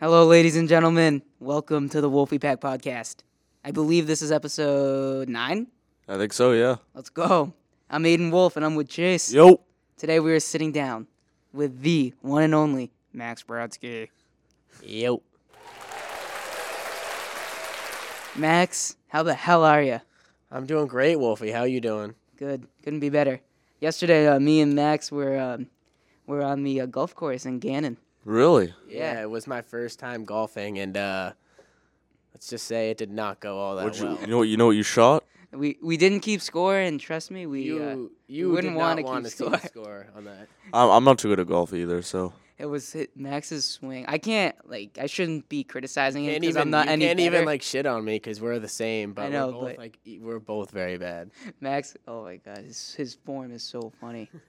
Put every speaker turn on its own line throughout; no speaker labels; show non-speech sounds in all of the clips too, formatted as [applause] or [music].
Hello, ladies and gentlemen. Welcome to the Wolfie Pack Podcast. I believe this is episode nine.
I think so, yeah.
Let's go. I'm Aiden Wolf and I'm with Chase.
Yo.
Today we are sitting down with the one and only Max Brodsky.
Yo.
Max, how the hell are you?
I'm doing great, Wolfie. How you doing?
Good. Couldn't be better. Yesterday, uh, me and Max were um, were on the uh, golf course in Gannon.
Really?
Yeah. it was my first time golfing, and uh, let's just say it did not go all that
What'd you,
well.
you know what you know what you shot?
We we didn't keep score, and trust me, we uh,
you you
wouldn't
did
wanna
not
keep
want to
[laughs]
see the score on that.
I'm, I'm not too good at golf either, so
it was hit Max's swing. I can't like I shouldn't be criticizing him
Can't
because
even
I'm not
you
any
can't even
better.
like shit on me because we're the same. But
know,
we're both,
but-
like e- we're both very bad.
Max, oh my god, his his form is so funny. [laughs]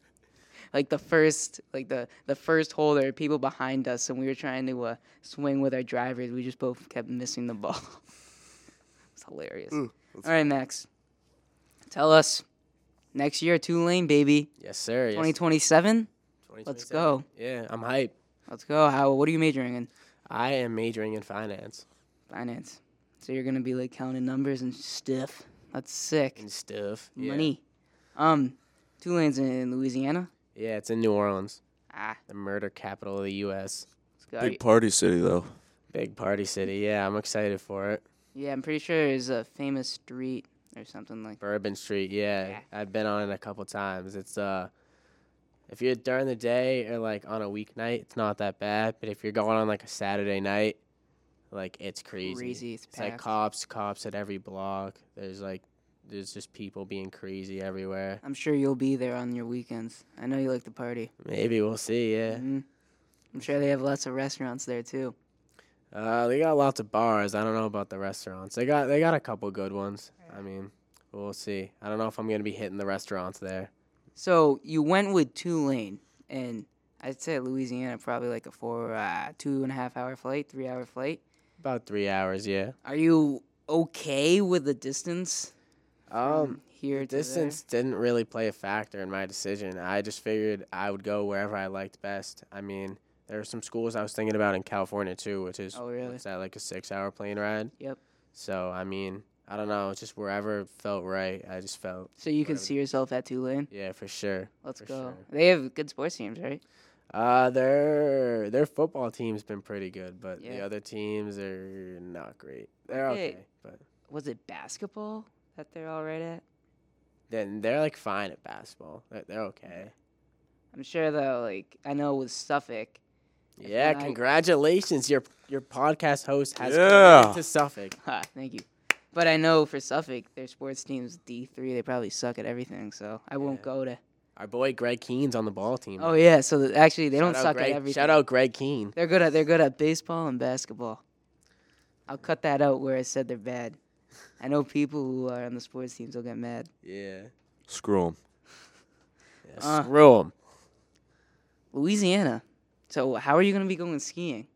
like the first, like the the first hole, there were people behind us, and we were trying to uh, swing with our drivers. We just both kept missing the ball. [laughs] it's hilarious. All right, Max, tell us next year Tulane, baby,
Yes, sir. Yes,
twenty twenty seven.
2027.
Let's go.
Yeah, I'm hype.
Let's go. How? What are you majoring in?
I am majoring in finance
Finance. So you're gonna be like counting numbers and stuff. That's sick.
and stuff. Yeah.
Money. Um, Tulane's in Louisiana.
Yeah, it's in New Orleans,
Ah,
the murder capital of the U.S.
let's go.
big party city though.
Big party city. Yeah, I'm excited for it.
Yeah, I'm pretty sure it's a famous street or something like.
Bourbon Street, yeah.
Yeah.
I've been on it a couple times. It's uh if you're during the day or like on a weeknight, it's not that bad. But if you're going on like a Saturday night, like it's crazy.
Crazy, it's
It's like
packed.
cops, cops at every block. There's like there's just people being crazy everywhere.
I'm sure you'll be there on your weekends. I know you like to party.
Maybe we'll see, yeah.
Mhm. I'm sure they have lots of restaurants there too.
Uh they got lots of bars. I don't know about the restaurants. They got they got a couple good ones. I mean, we'll see. I don't know if I'm gonna be hitting the restaurants there.
So you went with Tulane, and I'd say Louisiana probably like a four, uh, two and a half hour flight, three hour flight.
About three hours, yeah.
Are you okay with the distance?
Um
from here to there?
Distance didn't really play a factor in my decision. I just figured I would go wherever I liked best. I mean, there are some schools I was thinking about in California too, which is
Oh, really?
what's that like a six-hour plane ride?
Yep.
So I mean, I don't know. It's just wherever felt right. I just felt
So you can
whatever.
see yourself at Tulane.
yeah for sure.
Let's
for
go.
sure.
They have good sports teams, right?
Uh, their their football team's been pretty good, but the
Yeah.
other teams are not great. They're
Okay.
okay, but
Was it basketball that they're all right at?
then they're like fine at basketball. They're, they're okay.
I'm sure though, like I know with Suffolk, [laughs] If
Yeah,
not-
congratulations. Your your podcast host has
Yeah.
committed to Suffolk.
ha, thank you. But I know for Suffolk, their sports team's D three. They probably suck at everything, so I won't
Yeah.
go to.
Our boy Greg Keen's on the ball team.
Oh yeah, so th- actually they
Shout
don't
out
suck
Greg,
at everything.
Shout out Greg Keen.
They're good at they're good at baseball and basketball. I'll cut that out where I said they're bad. I know people who are on the sports teams will get mad.
Yeah.
Screw 'em.
yeah
Uh.
screw him.
Louisiana. So how are you gonna be going skiing?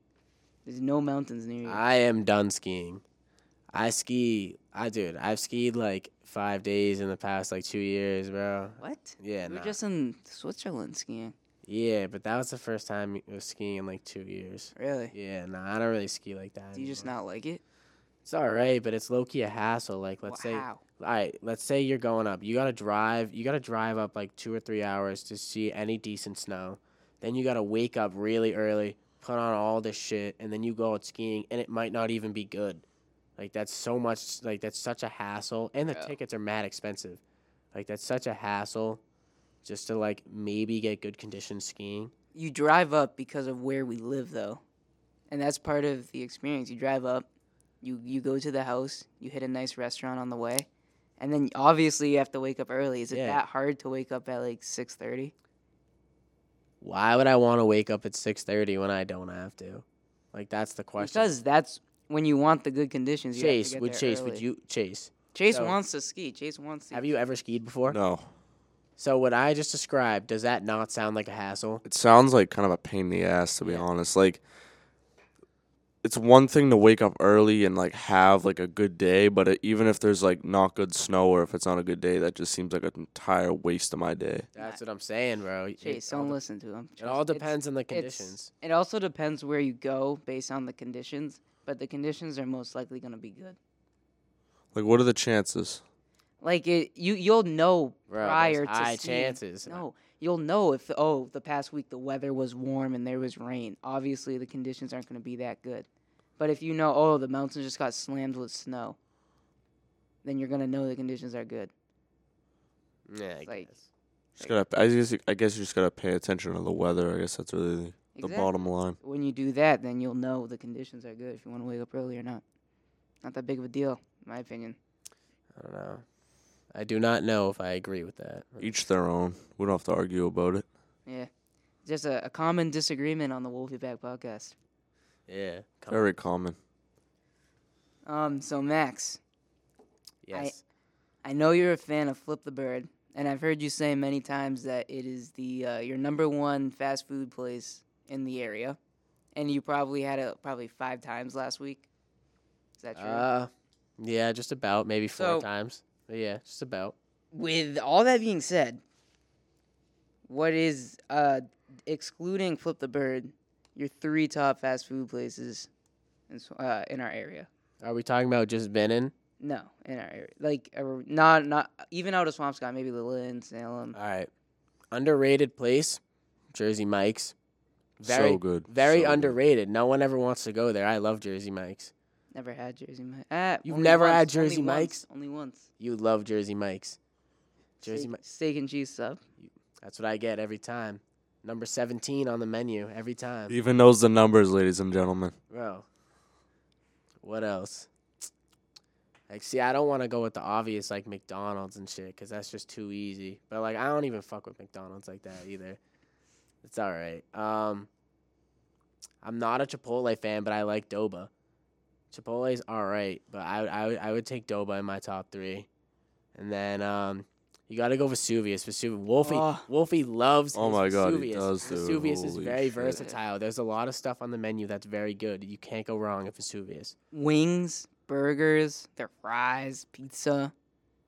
There's no mountains near you.
I am done skiing. I ski. I dude. I've skied like five days in the past like two years, bro.
what?
Yeah.
We
Nah.
were just in Switzerland skiing.
yeah, but that was the first time I was skiing in like two years.
Really?
Yeah. Nah. I don't really ski like that.
Do you just
anymore.
not like it?
It's all right, but it's low key a hassle. Like let's say
wow.
all right let's say you're going up you gotta drive you gotta drive up like two or three hours to see any decent snow then you gotta wake up really early put on all this shit and then you go out skiing and it might not even be good like that's so much like that's such a hassle and the
Yeah.
tickets are mad expensive like that's such a hassle just to like maybe get good condition skiing
you drive up because of where we live though and that's part of the experience you drive up you you go to the house you hit a nice restaurant on the way and then obviously you have to wake up early is it
Yeah.
that hard to wake up at like 6.30
why would i want to wake up at 6.30 when i don't have to like that's the question
because that's when you want the good conditions you have to
chase
get
would
there
chase would
early.
you chase
chase
so-
wants to ski chase wants to
have you ever skied before
No.
So what I just described, does that not sound like a hassle?
It sounds like kind of a pain in the ass to be honest. Like it's one thing to wake up early and like have like a good day, but it, even if there's like not good snow or if it's not a good day, that just seems like an entire waste of my day.
That's what I'm saying, bro. It-
Chase,
it all
don't
de-
listen to him.
it all
Chase, it's-
depends on the
it's-
conditions.
It also depends where you go based on the conditions, but the conditions are most likely going to be good.
Like, what are the chances?
Like it, you you'll know
Bro, there's
prior to
high
seeing-
chances.
No, you'll know if oh the past week the weather was warm and there was rain. Obviously the conditions aren't going to be that good. But if you know oh the mountains just got slammed with snow, then you're going to know the conditions are good.
Yeah, I
Like,
guess.
Just gotta, I guess, I guess you just gotta pay attention to the weather. I guess that's really the, the
Exact-
bottom line.
When you do that, then you'll know the conditions are good if you want to wake up early or not. Not that big of a deal, in my opinion.
I don't know. I do not know if I agree with that.
Each their own. We don't have to argue about it.
Just a, a common disagreement on the Wolfie Back podcast.
Yeah. come on.
Very common.
Um, so Max,
Yes.
I know you're a fan of Flip the Bird, and I've heard you say many times that it is the uh, your number one fast food place in the area, and you probably had it probably five times last week. Is that true?
uh, yeah, just about maybe four
So-
times. But yeah, just about.
With all that being said, what is uh, excluding Flip the Bird, your three top fast food places in, Sw- uh, in our area?
Are we talking about just Benin?
No, in our area, like uh, not not even out of Swampscott, maybe Lillian, Salem.
All right. Underrated place, Jersey Mike's. Very,
so good.
Very
so good.
underrated. No one ever wants to go there. I love Jersey Mike's.
Never had Jersey Mike's. Ah,
You've
only
never
once,
had Jersey
only once,
Mike's?
only once.
You love Jersey Mike's. Jersey
steak,
Mike's.
steak and cheese sub.
That's what I get every time. Number 17 on the menu every time.
He Even knows the numbers, ladies and gentlemen.
Bro. What else? Like, see, I don't want to go with the obvious, like McDonald's and shit, because that's just too easy. But, like, I don't even fuck with McDonald's like that either. It's all right. Um, I'm not a Chipotle fan, but I like Doba. Chipotle's all right, but I, I, would- I would take Doba in my top three. And then um, you got to go Vesuvius. Vesuvius. Wolfie,
Oh.
Wolfie loves
Oh
his
my God, he
Vesuvius.
does, dude.
Vesuvius is
Holy
very
shit.
versatile. There's a lot of stuff on the menu that's very good. You can't go wrong at Vesuvius.
Wings, burgers, their fries, pizza.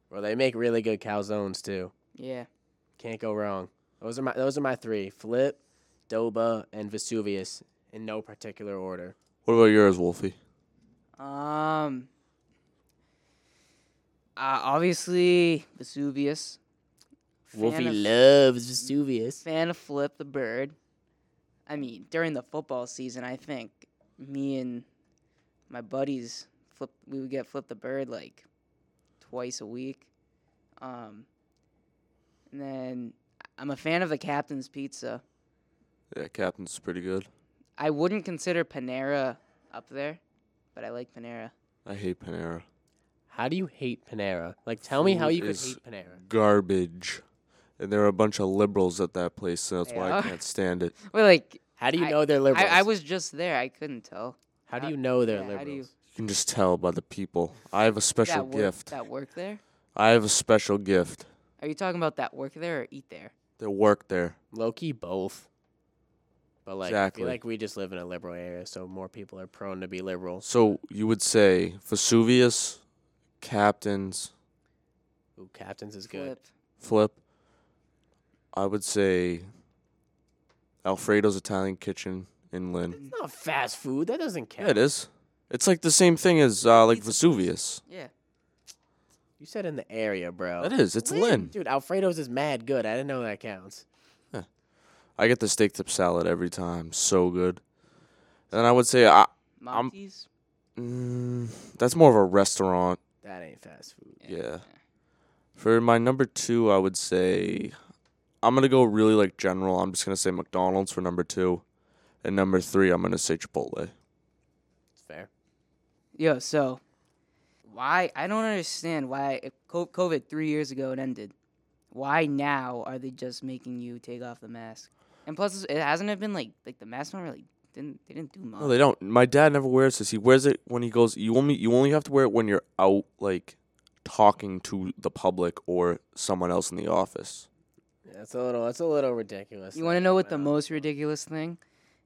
Well, they make really good calzones too.
Yeah,
Can't go wrong. Those are my those are my three: Flip, Doba, and Vesuvius, in no particular order.
What about yours, Wolfie?
Um. Uh, obviously Vesuvius. Fan
Wolfie
of-
loves Vesuvius.
fan of Flip the Bird. I mean, during the football season, I think me and my buddies flip. We would get Flip the Bird like twice a week. Um, and then I'm a fan of the Captain's Pizza.
Yeah, Captain's pretty good.
I wouldn't consider Panera up there, but I like Panera.
I hate Panera.
How do you hate Panera? Like, tell me how
Food
you could
is-
hate Panera.
Garbage. And there are a bunch of liberals at that place, so that's
They
why
are.
I can't stand it.
Well, like
How do you
I-
know they're liberals?
I, I was just there. I couldn't tell
How do
how-
you know they're
yeah, how do you-
liberals?
You can just tell by the people. I have a special
that work
gift.
that work there.
I have a special gift.
Are you talking about that work there or eat there?
They work there.
Low key, both. But like, I
Exactly.
feel like we just live in a liberal area, so more people are prone to be liberals.
So you would say Vesuvius, Captain's,
Ooh, captains is good.
Flip.
Flip. I would say Alfredo's Italian Kitchen in Lynn.
It's not fast food. That doesn't
Yeah,
count.
it is. It's like the same thing as uh, like
Pizza place.
Vesuvius.
Yeah.
You said in the area, bro.
That is. It's Lynn.
Dude, Alfredo's is mad good. I didn't know that counts.
I get the steak tip salad every time. So good. And I would say I, I'm-
Monty's.
mm, that's more of a restaurant.
That ain't fast food.
Yeah. For my number two, I would say I'm gonna go really like general. I'm just gonna say McDonald's for number two, and number three, I'm gonna say Chipotle.
It's fair.
Yo, so why I don't understand why if co- COVID three years ago it ended. Why now are they just making you take off the mask? And plus, it hasn't it been like like the mask not really didn't they didn't do much.
No, they don't. My dad never wears this. He wears it when he goes. You only you only have to wear it when you're out, like talking to the public or someone else in the office.
That's a little. That's a little ridiculous.
you want to know what the
Wow.
most ridiculous thing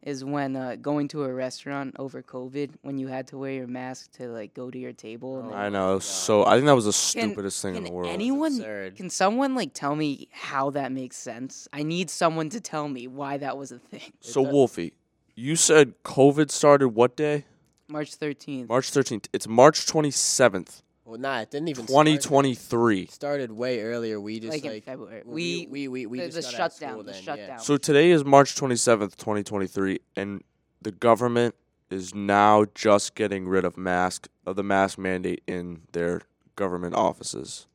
is when uh, going to a restaurant over COVID when you had to wear your mask to like go to your table. And,
Oh,
like,
I
my
know.
God.
So I think that was the
Can-
stupidest thing in the
can
world.
any- Anyone
absurd.
can someone like tell me how that makes sense? I need someone to tell me why that was a thing.
so
does-
Wolfie, you said COVID started what day?
March thirteenth.
March 13th. It's March 27th,
well, nah, it didn't even. start.
2023.
It started way earlier. We just
Like
like,
in February.
we
We-
we we, we
the-
just
the
got out of
shutdown,
school
the
then,
shutdown.
Yeah.
So today is March 27th, 2023, and the government is now just getting rid of mask of the mask mandate in their government offices.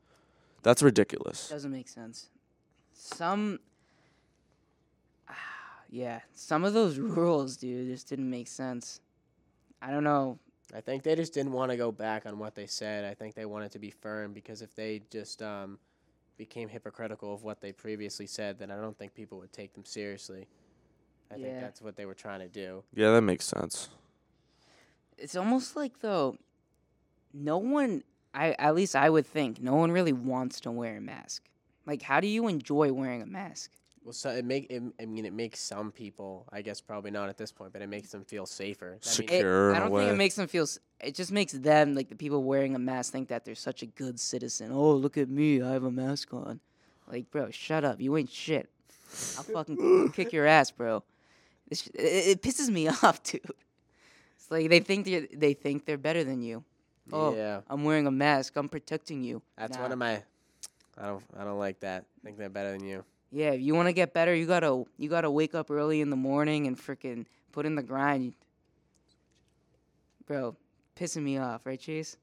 That's ridiculous.
Doesn't make sense. Some. [sighs] Yeah, some of those [laughs] rules, dude, just didn't make sense. I don't know.
I think they just didn't want to go back on what they said. I think they wanted to be firm because if they just um, became hypocritical of what they previously said, then I don't think people would take them seriously. I
Yeah.
think that's what they were trying to do.
Yeah, that makes sense.
It's almost like though, no one. I at least I would think no one really wants to wear a mask. Like, how do you enjoy wearing a mask?
Well, so it make it, I mean it makes some people, I guess probably not at this point, but it makes them feel safer. I mean,
It-
Secure in
I
a
don't think
way.
it makes them feel. s- It just makes them like the people wearing a mask think that they're such a good citizen. Oh, look at me! I have a mask on. Like, bro, shut up! You ain't shit. I'll fucking kick your ass, bro. This, sh- it, it pisses me [laughs] off, dude. It's like they think they they think they're better than you. Oh,
Yeah,
I'm wearing a mask. I'm protecting you.
that's
Nah.
one of my. I don't I don't like that. I think they're better than you.
Yeah, if you want to get better, you gotta you gotta wake up early in the morning and freaking put in the grind, bro. Pissing me off, right, Chase?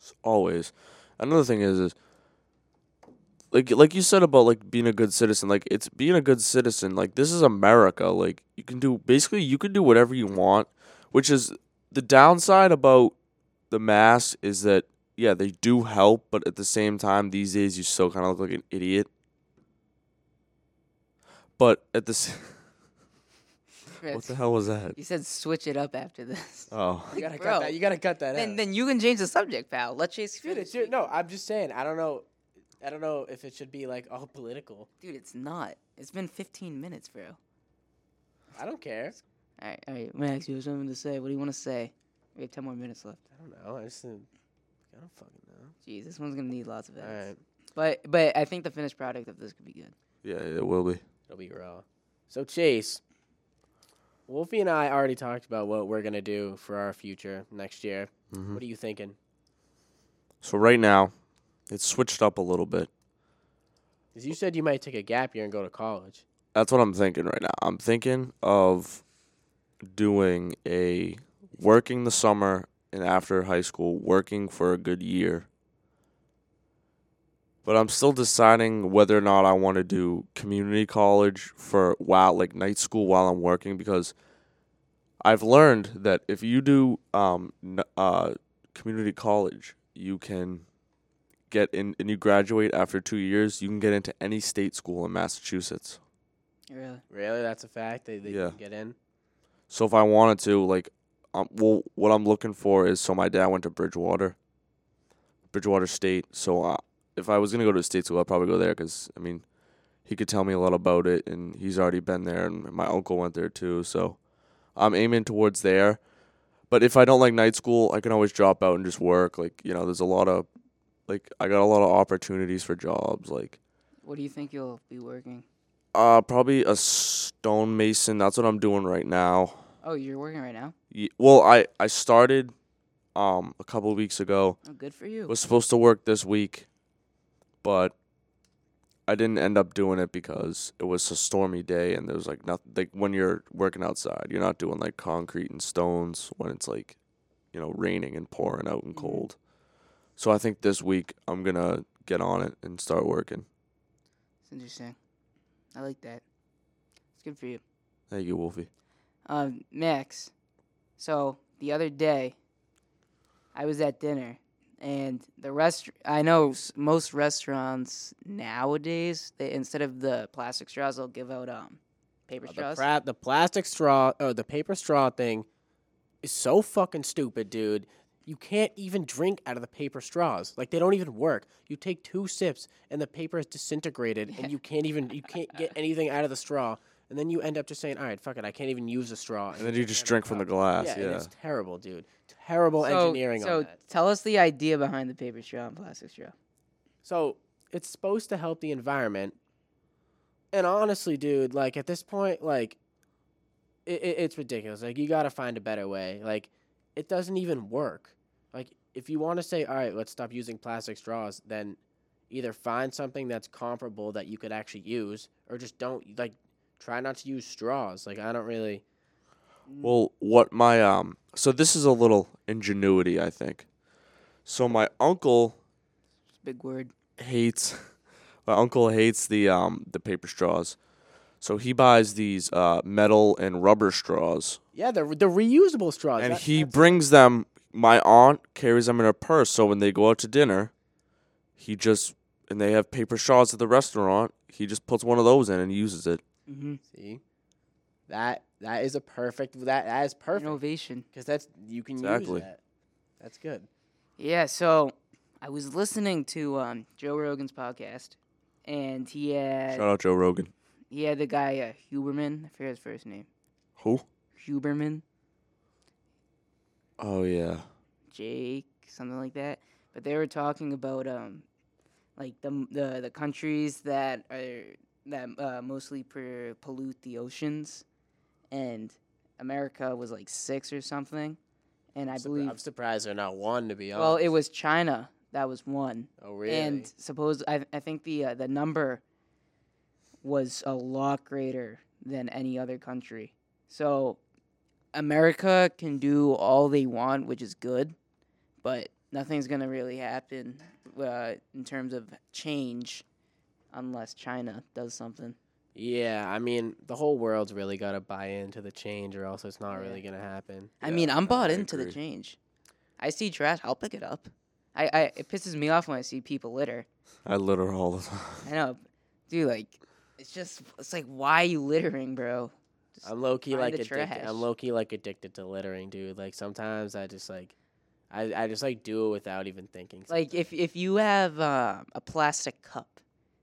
S- Always. Another thing is is like like you said about like being a good citizen, like it's being a good citizen. Like this is America. Like you can do basically you can do whatever you want, which is the downside about the mask is that yeah, they do help, but at the same time these days you still kind of look like an idiot. But at the s- [laughs] what the hell was that?
You said switch it up after this.
Oh.
You gotta
bro,
cut that. You gotta cut that. out.
Then, then you can change the subject, pal. Let Chase
Dude,
finish.
it's your, no, I'm just saying. I don't know. I don't know if it should be like all political.
Dude, it's not. It's been 15 minutes, bro. All
I don't care.
right, all right, Max, you have something to say. What do you want to say? We have 10 more minutes left.
I don't know. I just didn't- I don't fucking know.
Jeez, this one's gonna need lots of
All
edits.
right,
But but I think the finished product of this could be good.
Yeah, it will be.
it'll be raw. So Chase, Wolfie and I already talked about what we're gonna do for our future next year.
Mhm.
What are you thinking?
So right now, it's switched up a little bit.
'Cause you said you might take a gap year and go to college.
That's what I'm thinking right now. I'm thinking of doing a working the summer and after high school, working for a good year. But I'm still deciding whether or not I want to do community college for while like night school while I'm working because I've learned that if you do um n- uh community college, you can get in and you graduate after 2 years, you can get into any state school in Massachusetts.
Really?
Really? That's a fact. They they
Yeah.
can get in.
So if I wanted to, like, um, well, what I'm looking for is so my dad went to Bridgewater, Bridgewater State. So uh, if I was gonna go to a state school, I'd probably go there because I mean, he could tell me a lot about it, and he's already been there, and my uncle went there too. So I'm aiming towards there. But if I don't like night school, I can always drop out and just work. Like you know, there's a lot of, like, I got a lot of opportunities for jobs. Like
What do you think you'll be working?
uh, probably a stonemason. That's what I'm doing right now.
Oh, you're working right now.
Ye- well i i started um a couple weeks ago
Oh, good for you.
was supposed to work this week but i didn't end up doing it because it was a stormy day and there was like nothing like when you're working outside you're not doing like concrete and stones when it's like you know raining and pouring out and
Mm-hmm.
Mhm.
cold so i think this week i'm gonna get on it and start working
It's interesting. I like that. It's good for you.
thank you wolfie
Um, Max. So the other day, I was at dinner, and the rest. I know s- most restaurants nowadays, they instead of the plastic straws, they'll give out um paper
Oh, the,
straws.
pra- the plastic straw or the paper straw thing is so fucking stupid, dude. You can't even drink out of the paper straws. Like they don't even work. You
[laughs]
take two sips and the paper is disintegrated and you can't even you can't get anything out of the straw. and then you end up just saying, "All right, fuck it, I can't even use a straw."
And then you just drink from the glass.
yeah,
Yeah.
And it's terrible, dude. Terrible
so,
engineering
so
on that.
tell us the idea behind the paper straw and plastic straw.
So it's supposed to help the environment. And honestly, dude, like at this point, like it, it, it's ridiculous. Like you got to find a better way. Like it doesn't even work. Like if you want to say, all right, let's stop using plastic straws, then either find something that's comparable that you could actually use, or just don't like try not to use straws. Like I don't really.
Mm,
Well, what my um so this is a little ingenuity, I think. So my uncle
It's a big word.
hates [laughs] my uncle hates the um the paper straws. So he buys these uh metal and rubber straws
Yeah, the the reusable straws.
and
that-
he
that's-
brings them my aunt carries them in her purse so when they go out to dinner, he just and they have paper straws at the restaurant, he just puts one of those in and uses it.
Mm-hmm.
see that that is a perfect that that is perfect.
Innovation.
Because that's you can
Exactly.
use that. That's good.
Yeah, so I was listening to um, Joe Rogan's podcast, and he had
Shout out Joe Rogan.
he had the guy uh, Huberman. I forget his first name.
Who?
Huberman,
Oh yeah.
Jake, something like that. But they were talking about um, like the m- the the countries that are that uh, mostly per- pollute the oceans, and America was like six or something, and I
I'm surpri-
believe
I'm surprised they're not one to be honest.
well it was China that was one.
Oh really?
And suppose I, I think the uh, the number was a lot greater than any other country. So America can do all they want, which is good, but nothing's gonna really happen uh, in terms of change unless China does something.
yeah, I mean the whole world's really got to buy into the change, or else it's not really gonna happen.
I
Yeah,
mean, I'm
no,
bought
I
into the
agree.
change. I see trash, I'll pick it up. I, I it pisses me off when I see people litter.
I litter all the time. [laughs]
I know, dude. Like, it's just it's like why are you littering, bro?
I'm low key
find
like
the
addicted.
trash.
I'm low key like addicted to littering, dude. Like sometimes I just like, I I just like do it without even thinking.
Like if if you have uh, a plastic cup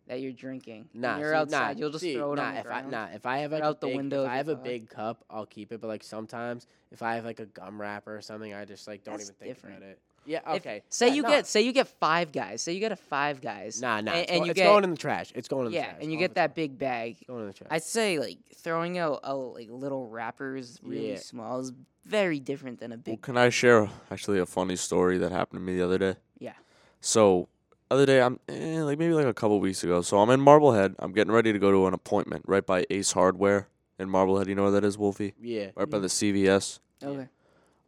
that you're drinking, and
Nah,
you're
see,
outside,
nah,
you'll just
see,
throw it
nah,
on the
if
ground.
I, nah, if I have
Throw
like
out
a
the
big,
window
if
if
I
you
have a
fuck.
big cup, I'll keep it. But like sometimes, if I have like a gum wrapper or something, I just like don't
That's
even think
different.
about it. Yeah,
If-
okay.
say
Yeah,
you
nah.
get say you get five guys. Say you get a five guys.
Nah, nah.
and-
it's
and
go-
you
it's
get-
going in the trash. It's going in the
yeah,
trash.
and you
all
get
the time.
that big bag.
It's going in the trash.
I'd say like throwing out, out like little wrappers really
Yeah.
small is very different than a
Well,
big.
can I share actually a funny story that happened to me the other day?
Yeah.
So, other day I'm eh, like maybe like a couple weeks ago. So I'm in Marblehead. I'm getting ready to go to an appointment right by Ace Hardware in Marblehead. You know where that is, Wolfie?
[laughs]
yeah.
Right by the CVS.
Okay.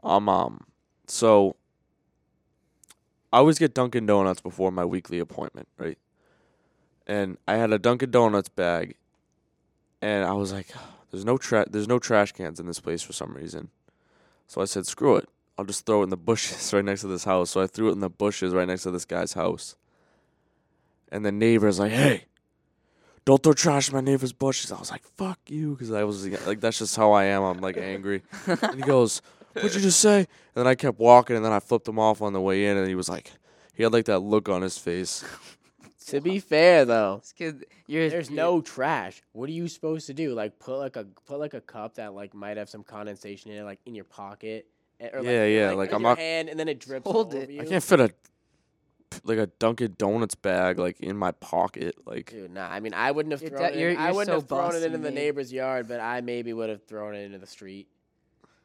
Um, um, so I always get Dunkin' Donuts before my weekly appointment, right? And I had a Dunkin' Donuts bag, and I was like, "Ah, "There's no tra- there's no trash cans in this place for some reason." So I said, "Screw it, I'll just throw it in the bushes [laughs] right next to this house." So I threw it in the bushes right next to this guy's house, and the neighbor's like, "Hey." Don't throw trash in my neighbor's bushes. I was like, "Fuck you," because I was like, "That's just how I am." I'm like angry.
[laughs]
And he goes, What'd you just say? And then I kept walking and then I flipped him off on the way in and he was like he had like that look on his
[laughs]
face.
To be fair though,
It's good. You're,
there's
you're-
no trash. What are you supposed to do? Like put like a put like a cup that like might have some condensation in it, like in your pocket. eh, Or,
Yeah, yeah, like,
in
I'm
your
not-
hand, and then it drips
Hold
all
it.
over you.
I can't fit a like a Dunkin' Donuts bag like in my pocket. Like
Dude, nah. I mean, I wouldn't have
You're
thrown
da-
it. in-
you're-
I
you're
wouldn't
so
have thrown it into
Boston,
the
mate.
neighbor's yard, but I maybe would have thrown it into the street.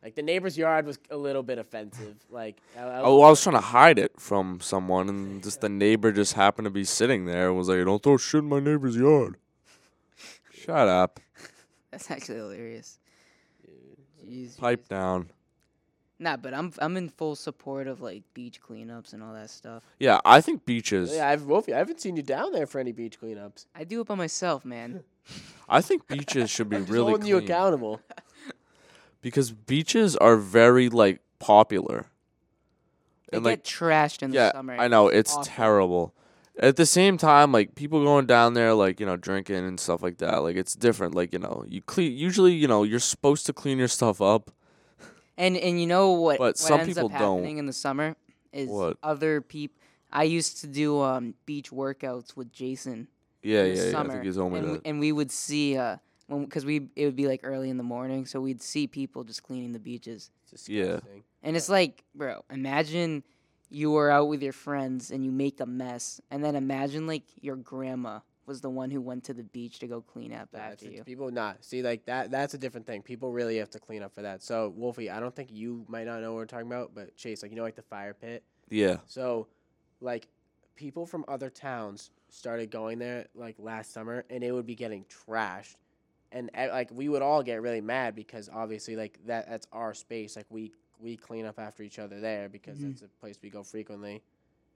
Like the neighbor's yard was a little bit offensive. Like I, I
oh, well, I was trying to hide it from someone and just the neighbor just happened to be sitting there and was like, Don't throw shit in my neighbor's yard. Shut up.
That's actually hilarious. Jeez,
Pipe down.
Nah, but I'm I'm in full support of like beach cleanups and all that stuff.
Yeah, I think beaches
yeah, I've Wolfie. I haven't seen you down there for any beach cleanups.
I do it by myself, man.
I think beaches should be
[laughs] I'm just
really
holding you
clean
accountable.
because beaches are very like popular.
They
And,
get
like,
trashed in
yeah,
the summer.
I know it's
awful.
terrible. At the same time, like people going down there, like you know, drinking and stuff like that. Like it's different. Like you know, you clean. Usually, you know, you're supposed to clean your stuff up.
And and you know what?
But
what
some
ends
people
up
don't.
happening in the summer is
What?
other people. I used to do um, beach workouts with Jason
Yeah,
in the
yeah, yeah. I
summer,
think he's told me
and, we,
that.
and we would see uh, when because we it would be like early in the morning, so we'd see people just cleaning the beaches,
It's
Yeah.
disgusting.
and it's like, bro, imagine you were out with your friends and you make a mess, and then imagine like your grandma was the one who went to the beach to go clean up
Yeah,
after
it's-
you.
People not see like that. That's a different thing. People really have to clean up for that. So Wolfie, I don't think you might not know what we're talking about, but Chase, like you know, like the fire pit.
Yeah.
So, like, people from other towns started going there like last summer, and it would be getting trashed, and eh, like we would all get really mad because obviously like that that's our space. Like we we clean up after each other there because
Mhm.
that's a place we go frequently,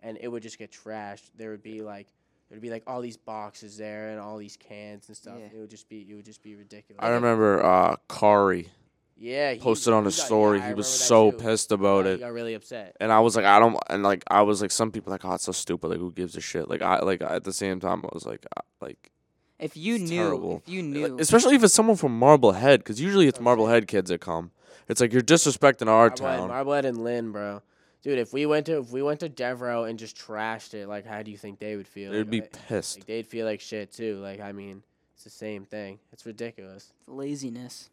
and it would just get trashed. There would be like. There'd be like all these boxes there and all these cans and stuff.
Yeah.
It would just be, it would just be ridiculous.
I remember uh Kari
Yeah, he-
posted on
he
his
got- yeah,
story.
I
he
remember
was
that
so
too.
pissed about
Yeah,
it.
He got really upset.
and I was like, I don't, and like I was like, some people like, oh, it's so stupid. Like, who gives a shit? Like, I like at the same time, I was like, I, like,
If you
It's
knew,
terrible.
if you
like,
knew,
especially if it's someone from Marblehead, because usually it's
Okay.
Marblehead kids that come. It's like you're disrespecting our
Marblehead,
town.
Marblehead and Lynn, bro. Dude, if we went to if we went to Devereaux and just trashed it, like how do you think they would feel?
They'd
Like,
be
I-
pissed.
like they'd feel like shit too. Like I mean, it's the same thing. It's ridiculous.
it's laziness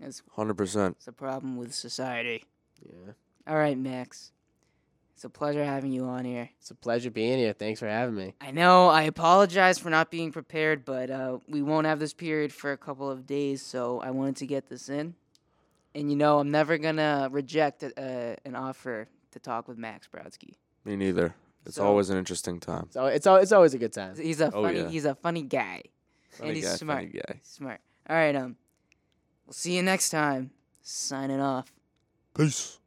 is
Hundred percent.
it's a problem with society.
Yeah.
All right, Max, it's a pleasure having you on here.
It's a pleasure being here. Thanks for having me.
I know. I apologize for not being prepared, but uh, we won't have this period for a couple of days, so I wanted to get this in. And you know, I'm never gonna reject uh, an offer to talk with Max Brodsky.
Me neither. It's
So-
always an interesting time.
So it's al- it's always a good time.
He's a
Oh,
funny.
yeah.
He's a funny guy.
Funny
he's
guy,
smart.
funny guy.
Smart. All right. Um, we'll see you next time. Signing off.
Peace.